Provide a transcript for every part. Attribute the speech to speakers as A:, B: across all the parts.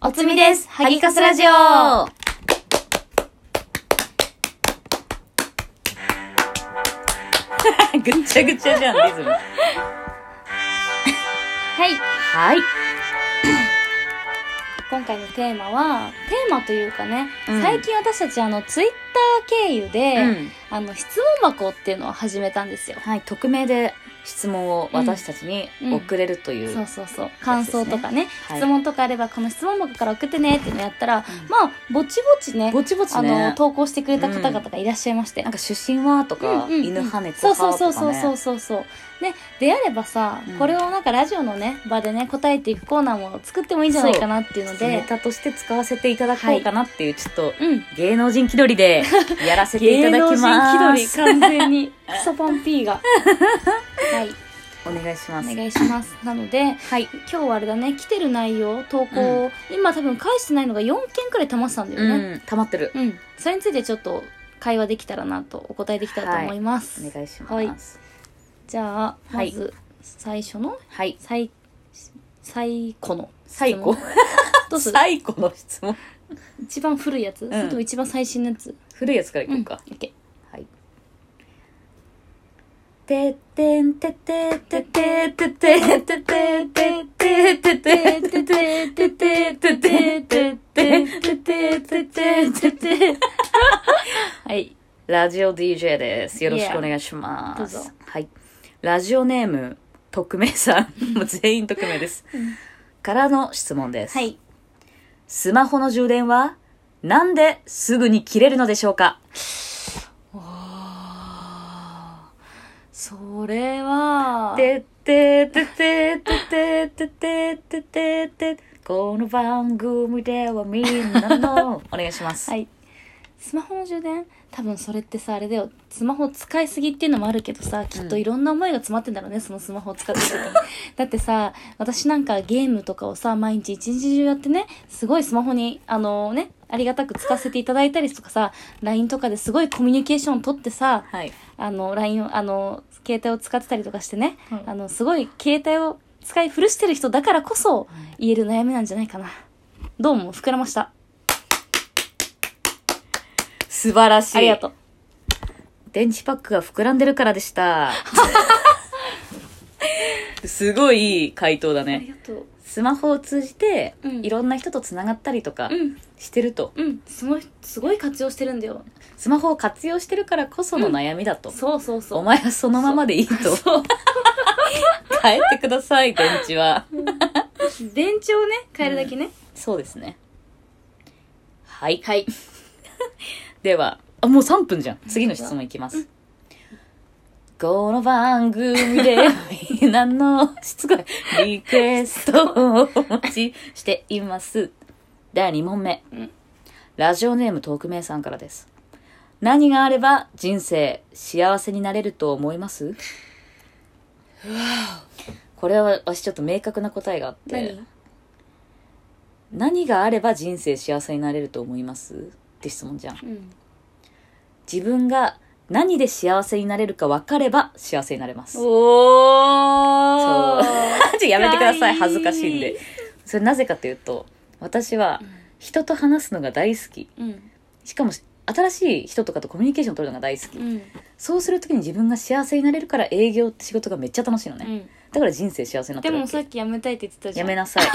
A: おつみです。ハギカスラジオ。
B: ぐっちゃぐちゃじゃん、リズム。
A: はい。
B: はい。
A: 今回のテーマは、テーマというかね、
B: うん
A: 最近私たちあの、ツイッター経由で、
B: うん。
A: あの、質問箱っていうのを始めたんですよ。
B: はい、匿名で質問を私たちに送れるという。
A: そうそうそう。感想とかね、
B: はい
A: 質問とかあれば、この質問箱から送ってねっていうのやったら、
B: ん
A: まあ、ぼちぼちね、
B: ぼちぼち
A: あの、
B: ね。
A: 投稿してくれた方々がいらっしゃいまして。
B: なんか出身はとか、
A: うんうんうん
B: 犬はねとか
A: そうそう
B: とか、
A: そう
B: ね。
A: そうそうそうそうねであればさ、
B: うん
A: これをなんかラジオのね場でね答えていくコーナーも作ってもいいんじゃないかなっていうの
B: ネ
A: で
B: タとして使わせていただこうかなっていう、ちょっと
A: うん
B: 芸能人気取 りでやらせてい
A: 芸
B: ただき
A: 能人
B: ます。
A: 気取り完全にクソパン P がはい
B: お願いしま
A: お
B: す。
A: 願いしますなので
B: はい。
A: 今日はあれだね来てる内容投稿、
B: う
A: 今多分返してないのが4件くらい溜まってたんだよね
B: うん、溜まってる。
A: うん、それについてちょっと会話できたらなとお答えできたらと思います、
B: お願いします。
A: はいじゃあま
B: はい
A: ず最初の
B: はい。
A: 最最古の質問
B: 最高。
A: どうする
B: 最高の質問。
A: 一番古いやつ、
B: ん
A: それとも一番最新のやつ
B: 古いやつからいこうか。
A: オッケ
B: はい。てってんててててててててててててててててててててて
A: ーはい
B: ラジオ DJ です。よろしく
A: Yeah
B: お願いしま
A: どう
B: す
A: ぞ。
B: はい。ラジオネーム、匿名さん。もう全員匿名です。からの質問です。
A: はい
B: スマホの充電はなんですぐに切れるのでしょうか
A: それは
B: てっててててててててててこの番組ではみんなのお願いします。
A: はいスマホの充電多分それってさあれだよスマホ使いすぎっていうのもあるけどさきっといろんな思いが詰まってんだろうね、そのスマホを使ってる時に だってさ私なんかゲームとかをさ毎日一日中やってねすごいスマホにあのねありがたく使わせていただいたりとかさ LINE とかですごいコミュニケーション取ってさ、
B: はい。
A: あの、LINE を、あの、携帯を使ってたりとかしてね、
B: はい
A: あの、すごい携帯を使い古してる人だからこそ言える悩みなんじゃないかな。どうも、膨らました。
B: 素晴らしい。
A: ありがとう。
B: 電池パックが膨らんでるから でした。すごいいい回答だ
A: あ
B: ね。
A: がとう。
B: スマホを通じて、
A: うん
B: いろんな人とつながったりとか
A: うん、
B: してると。
A: うん、すごい、すごい活用してるんだよ。
B: スマホを活用してるからこその悩みだと。
A: そうそうそう。
B: お前はそのままでいいと。 変えてください、電池は。
A: 電池をね、変えるだけね。
B: そうですね。はい。
A: はい。
B: では、あ、もう3分じゃん。次の質問いきます。この番組で、みんなの、しつこい、リクエストをお待ちしています。第2問目
A: うん。
B: ラジオネーム特命さんからです。何があれば人生幸せになれると思いますこれは私ちょっと明確な答えがあって。
A: 何
B: 何があれば人生幸せになれると思いますって質問じゃん
A: うん。
B: 自分が何で幸せになれるか分かれば幸せになれますちょ
A: お
B: ーっとやめてください
A: 深い
B: 恥ずかしいんでそれなぜかというと私は人と話すのが大好き
A: うん。
B: しかも新しい人とかとコミュニケーション取るのが大好き
A: うん。
B: そうするときに自分が幸せになれるから営業って仕事がめっちゃ楽しいの
A: う
B: ね、
A: ん。
B: だから人生幸せになって
A: で
B: るわ
A: も
B: け
A: さっきやめたいって言ってたじゃ
B: や
A: ん。
B: めな さい。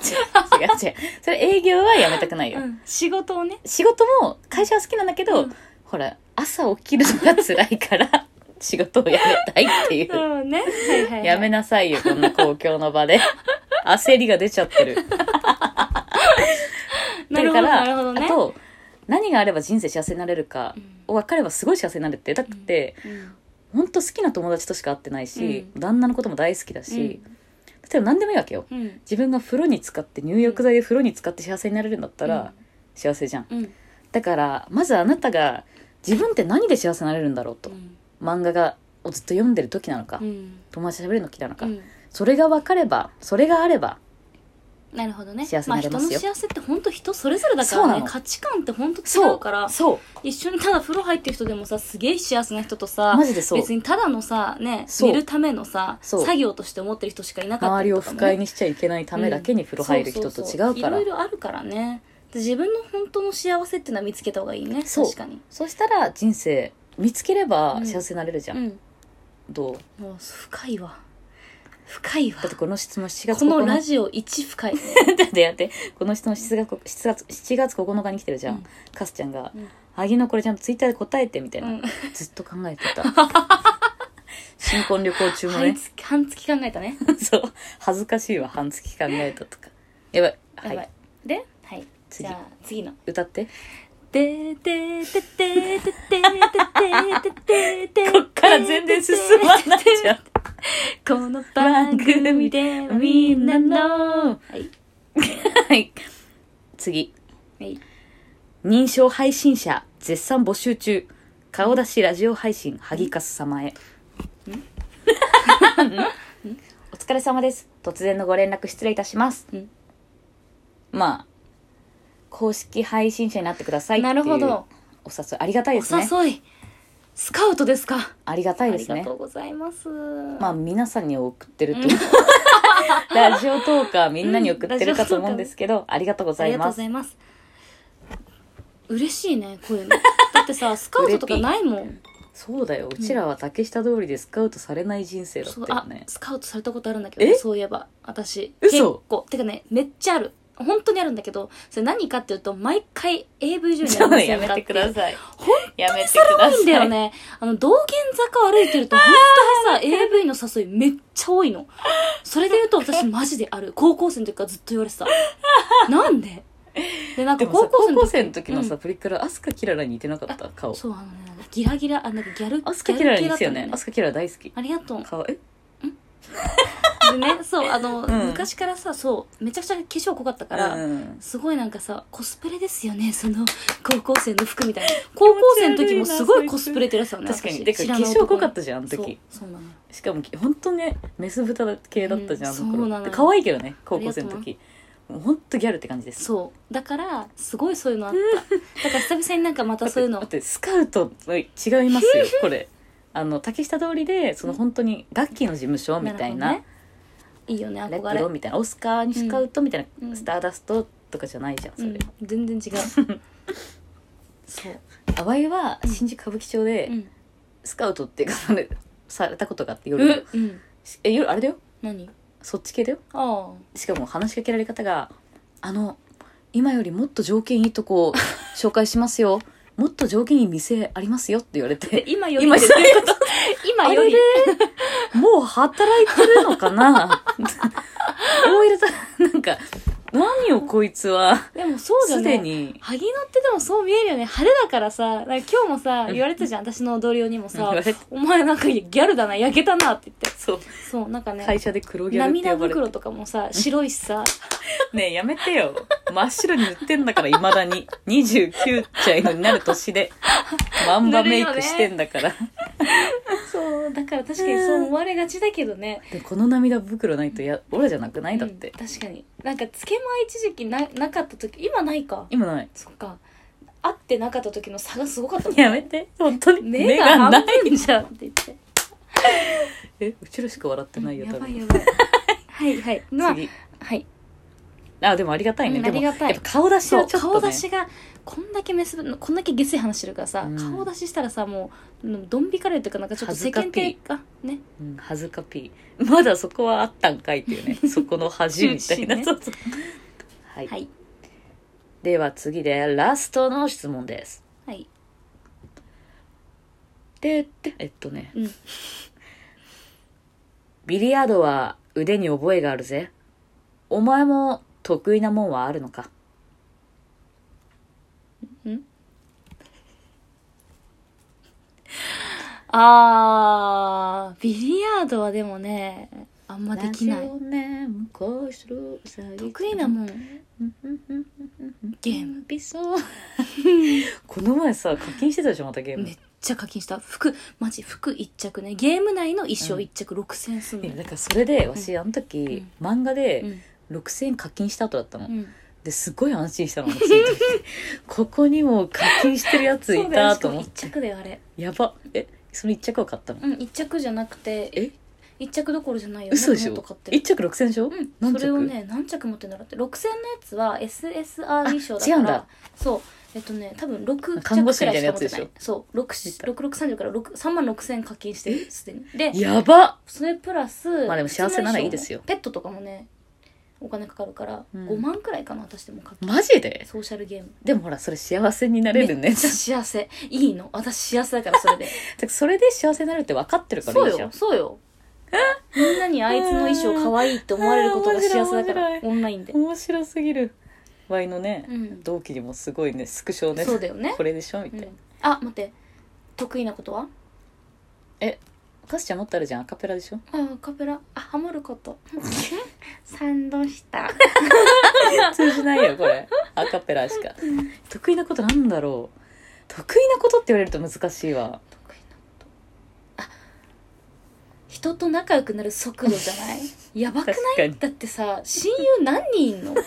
B: 違う違う違う。それ営業はやめたくないよ。
A: うん。仕事をね。
B: 仕事も会社は好きなんだけど、
A: うん
B: ほら、朝起きるのが辛いから、 仕事をやめたいっていう。
A: うんね。はいはいはい。
B: やめなさいよ、こんな公共の場 で。焦りが出ちゃってる。
A: なるほど、
B: だから
A: なるほどね。
B: あと、何があれば人生幸せになれるか
A: うん
B: を分かればすごい幸せになるって。だって、
A: うん、
B: ほんと好きな友達としか会ってないし、
A: う
B: 旦那のことも大好きだし、例えば何でもいいわけよ。
A: うん、
B: 自分が風呂に使って入浴剤で風呂に使って幸せになれるんだったら幸せじゃん、
A: うん、うん、
B: だからまずあなたが自分って何で幸せになれるんだろうと、漫画がをずっと読んでる時なのか、
A: うん、
B: 友達と喋る時なのか、
A: うん、
B: それが分かればそれがあれば
A: なるほどね
B: 幸せになれますよ
A: あ、人の幸せって本当人それぞれだか
B: そう
A: ら
B: な
A: ね
B: の
A: 価値観って本当
B: そ
A: 違
B: う
A: うから
B: そう
A: 一緒にただ風呂入ってる人でもさすげえ幸せな人とさ
B: マジでそう
A: 別にただのさね
B: そう
A: 寝るためのさ
B: そう
A: 作業として思ってる人しかいなかった
B: 周り
A: り
B: を
A: と
B: 不
A: かもね、
B: 快にしちゃいけないためだけに風呂入る人と違うから、
A: んそうそうそういろいろあるからねで自分の本当の幸せっていうのは見つけた方がいいね
B: そう
A: 確かに
B: そしたら人生見つければ
A: うん
B: 幸せになれるじゃん、
A: うん
B: どう
A: もう深いわ深いわ
B: だってこの質問7月
A: このラ
B: 9
A: ジオ一深いね
B: 日だってやってこの質問7月 ,7 月 ,7 月9日に来てるじゃん、
A: うん
B: カスちゃんが
A: うん
B: 「あぎのこれちゃんとツイッターで答えて」みたいな、
A: うん
B: ずっと考えてた 新婚旅行中も
A: 半
B: ね
A: 月半月考えたね
B: そう恥ずかしいわ半月考えたとかやばい
A: やばい、
B: はい
A: で、はい、
B: 次
A: じゃあ次の
B: 歌って
A: でででででででででで
B: こっから全然進まないじゃん
A: この番組でみんなのはい
B: はい次
A: はい
B: 認証配信者絶賛募集中顔出しラジオ配信萩かす様へお疲れ様です突然のご連絡失礼いたします
A: うん
B: まあ公式配信者になってくださいってい
A: な
B: う
A: るほど
B: お誘いありがたいですね
A: お誘いスカウトですか
B: ありがたいです
A: あり
B: ね
A: がとうございます
B: まあ皆さんに送ってると ラジオトーカーみんなに送ってるかと思うんですけど、ありがとうご
A: あ
B: ざ
A: りが
B: い
A: とう
B: ま
A: ご
B: す
A: ざいます嬉しいねこういうのだ ってさスカウトとかないもん
B: そうだようちらは竹下通りでスカウトされない人生だっ
A: そう
B: たよ
A: あ
B: ね
A: スカウトされたことあるんだけど
B: え
A: そういえば私結
B: 嘘
A: 構てかねめっちゃある本当にあるんだけどそれ何かっていうと毎回 AV 女優になりませんかっていう
B: さい
A: 本
B: やめて
A: それ多いんだよ
B: ね
A: ね。 あの、道玄坂歩いてると、本当にさ、AV の誘いめっちゃ多いの。それで言 うと、私マジである。高校生の時からずっと言われてた。なんでで、なん
B: で
A: か
B: もさ
A: 高
B: 高校
A: 校生の時
B: 生の時のさ、
A: うん
B: プリクラアスカキララに似てなかった顔
A: そう、あのね、ギラギラ、あ、なんかギャル、
B: アスカキララに似てたよ
A: ギャ
B: ね
A: ル系だっ
B: ア
A: たの
B: スカキララ大好き
A: ありがとう。
B: 顔え
A: で ね、そう、あの、
B: うん
A: 昔からさ、そう、めちゃくちゃ化粧濃かったか
B: から、
A: ら、
B: うん、
A: すごいなんかさ、コスプレですよね、その、高校生の服みたいな。高校生の時もすごいコスプレってやつだね。
B: 確かに
A: 私
B: でか化
A: 知らない
B: 粧
A: 男
B: 濃
A: に
B: かったじゃんあの時
A: そう、そうなのよ。
B: しかも本当ねメス豚系だったじゃ
A: う
B: ん、
A: ん
B: あの頃
A: そうなのよ
B: 可愛いけどね高校生の時もう本当ギャルって感じです
A: そうだからすごいそういうのあっ ただから久々になんかまたそういうの
B: だってスカウトの違いますよこれあの竹下通りでその本当にガッキーの事務所みたいな
A: るほどねいいよね
B: レ
A: 憧
B: プ
A: れ
B: ロみたいなオスカーにスカウトみたいな、
A: うん
B: スターダストとかじゃないじゃんそれ、
A: うん全然違 うそう、
B: 淡いは新宿歌舞伎町で
A: うん、
B: スカウトっていうか、ねされたことがあって夜
A: え、うん、
B: え夜あれだよ
A: 何
B: そっち系だよ
A: あ
B: しかも話しかけられ方が「あの今よりもっと条件いい とこ紹介しますよもっと条件いい店ありますよ」って言われ
A: あ
B: て
A: 今より
B: 今
A: って
B: そういうこと
A: 今より
B: もう働いてるのかな OL さんなんか何をこいつは
A: でもそうだよ
B: すで
A: ね
B: に
A: 萩野ってでもそう見えるよね派手だからさなんか今日もさ言われてたじゃん私の同僚にも
B: 言わ
A: さ
B: れて
A: 「お前なんかギャルだな焼けたな」って言って
B: そう
A: そうなんかね
B: 会社で黒ギャルって
A: 涙
B: 呼ばれて
A: 袋とかもさ白いしさ
B: ねえやめてよ真っ白に塗ってんだからいまだに29歳になる 年でマンバメイクしてんだから、
A: そうだから確かにそう思われがちだけどね
B: でこの涙袋ないとやオラじゃなくないだって、
A: うん確かになんかつけま一時期ななかった時今ないか
B: 今ない
A: そっか会ってなかった時の差がすごかったもんね
B: やめて本当に
A: 目
B: 目
A: が
B: がな
A: 半
B: い
A: 分じゃんって言って
B: えうちらしか笑ってないよ
A: や
B: 多
A: ば
B: 分
A: いやばいはい はいまあ
B: 次
A: はい
B: あでもありがたいね、
A: うん
B: でも
A: ありがたい
B: やっぱ顔出し
A: そ
B: は
A: う
B: ちょっと、ね、
A: 顔出しがこんだけメスぶこんだけ下水話してるからさ、
B: うん
A: 顔出ししたらさもううんドン引かれるというかなんかちょっと世間体がね
B: うん、恥ずかピー。まだそこはあったんかいっていう ね。そこの恥みたいな。
A: うん
B: そうそうはい。
A: はい
B: では次でラストの質問です。
A: はい
B: で、で、えっとね。
A: うん
B: ビリヤードは腕に覚えがあるぜ。お前も得意なもんはあるのか。
A: あービリヤードはでもねあんまできない得
B: 得
A: 意なもんゲーム
B: ビソこの前さ課金してたでしょまたゲーム
A: めっちゃ課金した服マジ服一着ねゲーム内の衣装一着6000円すんの
B: いや
A: よ、
B: なんかそれでわしあの時、漫画で、
A: うん
B: 6,000円課金した後だった
A: う
B: の、
A: ん
B: ですごい安心したの私そ の時ここにも課金してるやつい
A: そうだよ
B: た
A: しか
B: と
A: も
B: 思っ
A: 一
B: て
A: 着だよあれ
B: やばえその1着を買ったの、
A: うん一着じゃなくて
B: え
A: 一着どころじゃないよ
B: 嘘でし
A: も
B: ょ
A: っと買ってる
B: 1着6,000円でしょ、
A: う
B: 何
A: ん、
B: 着
A: それをね何着持ってんだろうって6000のやつは SSR 賞だ
B: あ
A: か
B: 違う
A: ら
B: んだ
A: そうえっとね多分6着くらいしか
B: 看
A: 持
B: 護
A: っ
B: 師
A: てな
B: みたい
A: い
B: なやつでしょ
A: そう6 6 6 3 0から3万6000課金してるすでにで
B: やば
A: それプラス
B: まあでも幸せならいいですよ
A: ペットとかもねお金かかるから
B: うん
A: 5万くらいかな私でも課金
B: マジで
A: ソーシャルゲーム
B: でもほらそれ幸せになれる
A: めっ
B: ね
A: ちゃ幸せいい の私幸せだからそれで
B: それで幸せになるって分かってるから
A: そ
B: いういじゃ
A: よ
B: ん
A: そうよみんなにあいつの衣装可愛いって思われることが幸せだか
B: うん面白い面
A: らオンラインで
B: 面白すぎるワイのね、
A: うん
B: 同期にもすごいねスクショをね
A: そうだよね
B: これでしょみた
A: う
B: いな、
A: んあ待って得意なことは
B: えカスちゃん持ってあるじゃんアカペラでしょ
A: あカペラあハモること 賛同した
B: 通じないよこれアカペラしか得意なことなんだろう得意なことって言われると難しいわ
A: 得意なことあ人と仲良くなる速度じゃない やばく
B: 確
A: な
B: か
A: い
B: に
A: だってさ親友何人いん の親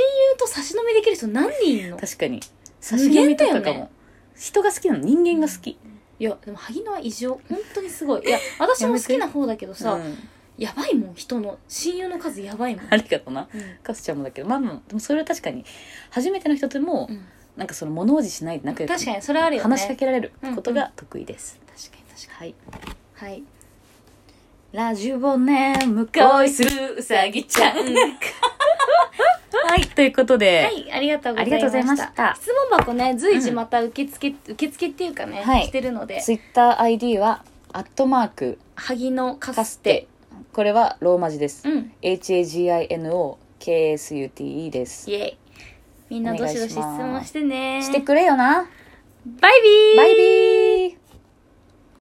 A: 友と差し飲みできる人何人いんの
B: 確かに差し
A: 無
B: 飲み
A: 限
B: と
A: だよ
B: か
A: ね
B: かも、人が好きなの人間が好き、
A: いやでも萩野は異常本当にすごいいや私も好きな方だけどさ
B: う
A: や,、
B: ん
A: ばいもん人の親友の数やばいもん、
B: ありがとな
A: うん
B: カスちゃんもだけどまあまあでもそれは確かに初めての人とも、
A: うん
B: なんかその物おじしないで仲良く
A: 確かにそれあるよね
B: 話しかけられることが得意です、
A: 確かに確か
B: はい
A: にはい
B: ラジオネーム恋するうさぎちゃんはいということで、
A: はい、ありがとうござい
B: ありがとうご
A: ま
B: ざい
A: し
B: ま
A: た。
B: した
A: 質問箱ね、随時また受付、受付っていうかね、
B: はい
A: してるので、
B: ツイッター ID はアットマーク
A: 萩のカ
B: カ
A: ス
B: ス
A: テ
B: テ。これはローマ字です、
A: うん。
B: HAGINOKSUTE です
A: イェイ。みんなどしどし質問してね。
B: してくれよな
A: バイビー
B: バイビー